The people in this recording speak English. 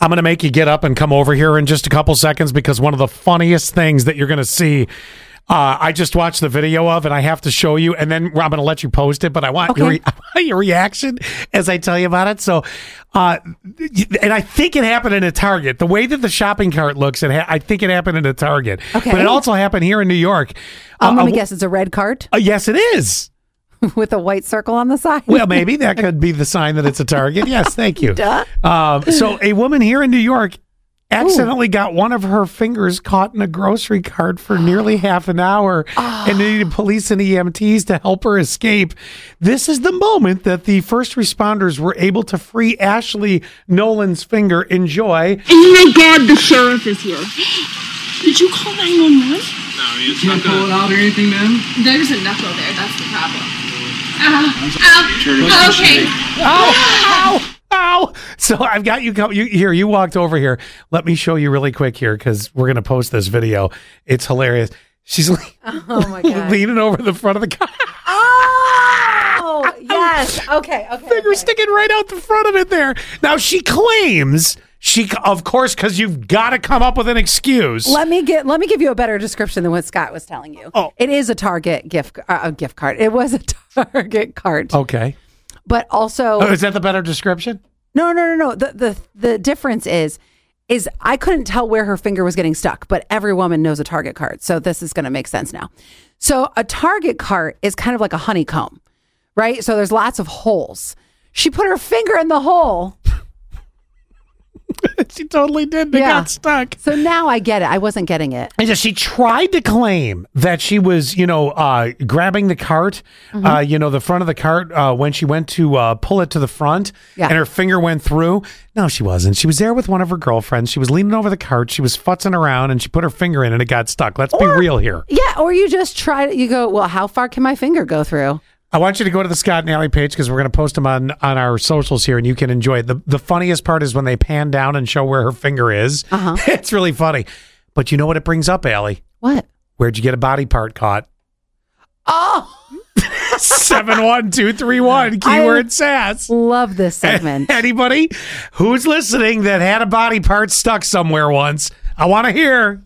I'm going to make you get up and come over here in just a couple seconds because one of the funniest things that you're going to see. Uh, I just watched the video of, and I have to show you, and then I'm going to let you post it. But I want your, Okay. re- I want your reaction as I tell you about it. So, uh, and I think it happened in a Target. The way that the shopping cart looks, it ha- I think it happened in a Target. Okay. Um, but it also happened here in New York. I'm Uh, gonna uh, guess it's a red cart uh, yes, it is. with a white circle on the side. Well, maybe that could be the sign that it's a target. Yes, thank you. Duh. Um, so, a woman here in New York accidentally got one of her fingers caught in a grocery cart for nearly half an hour and needed police and EMTs to help her escape. This is the moment that the first responders were able to free Ashley Nolan's finger in joy. Oh my god, the sheriff is here. Did you call 911? No, I mean, it's not pull it gonna. out or anything, ma'am? There's a knuckle there, that's the problem. Ah, ow, okay. Ow! Ow! Ow! So I've got you, co- you here. You walked over here. Let me show you really quick here because we're gonna post this video. It's hilarious. She's le- oh my god. leaning over the front of the car, Oh yes. Okay. Okay. finger okay. sticking right out the front of it. There. Now she claims she, c- of course, because you've got to come up with an excuse. Let me get. Let me give you a better description than what Scott was telling you. Oh. It is a Target gift. Uh, a gift card. It was a Target cart, okay. but also Oh, is that the better description? No, no, no, no. The the the difference is is I couldn't tell where her finger was getting stuck, but every woman knows a target cart. So this is going to make sense now. So a target cart is kind of like a honeycomb, right? So there's lots of holes. She put her finger in the hole. she totally did. They Yeah. got stuck. So now I get it. I wasn't getting it. And so she tried to claim that she was, you know, uh, grabbing the cart, Mm-hmm. uh, you know, the front of the cart uh, when she went to uh, pull it to the front Yeah. and her finger went through. No, she wasn't. She was there with one of her girlfriends. She was leaning over the cart. She was futzing around and she put her finger in and it got stuck. Let's be real here. Yeah, or you just try it. You go, well, how far can my finger go through? I want you to go to the Scott and Alley page because we're going to post them on, on our socials here and you can enjoy it. The, the funniest part is when they pan down and show where her finger is. Uh-huh. it's really funny. But you know what it brings up, Allie? What? Where'd you get a body part caught? Oh, Seven one two three one keyword sass. love this segment. Anybody who's listening that had a body part stuck somewhere once, I want to hear.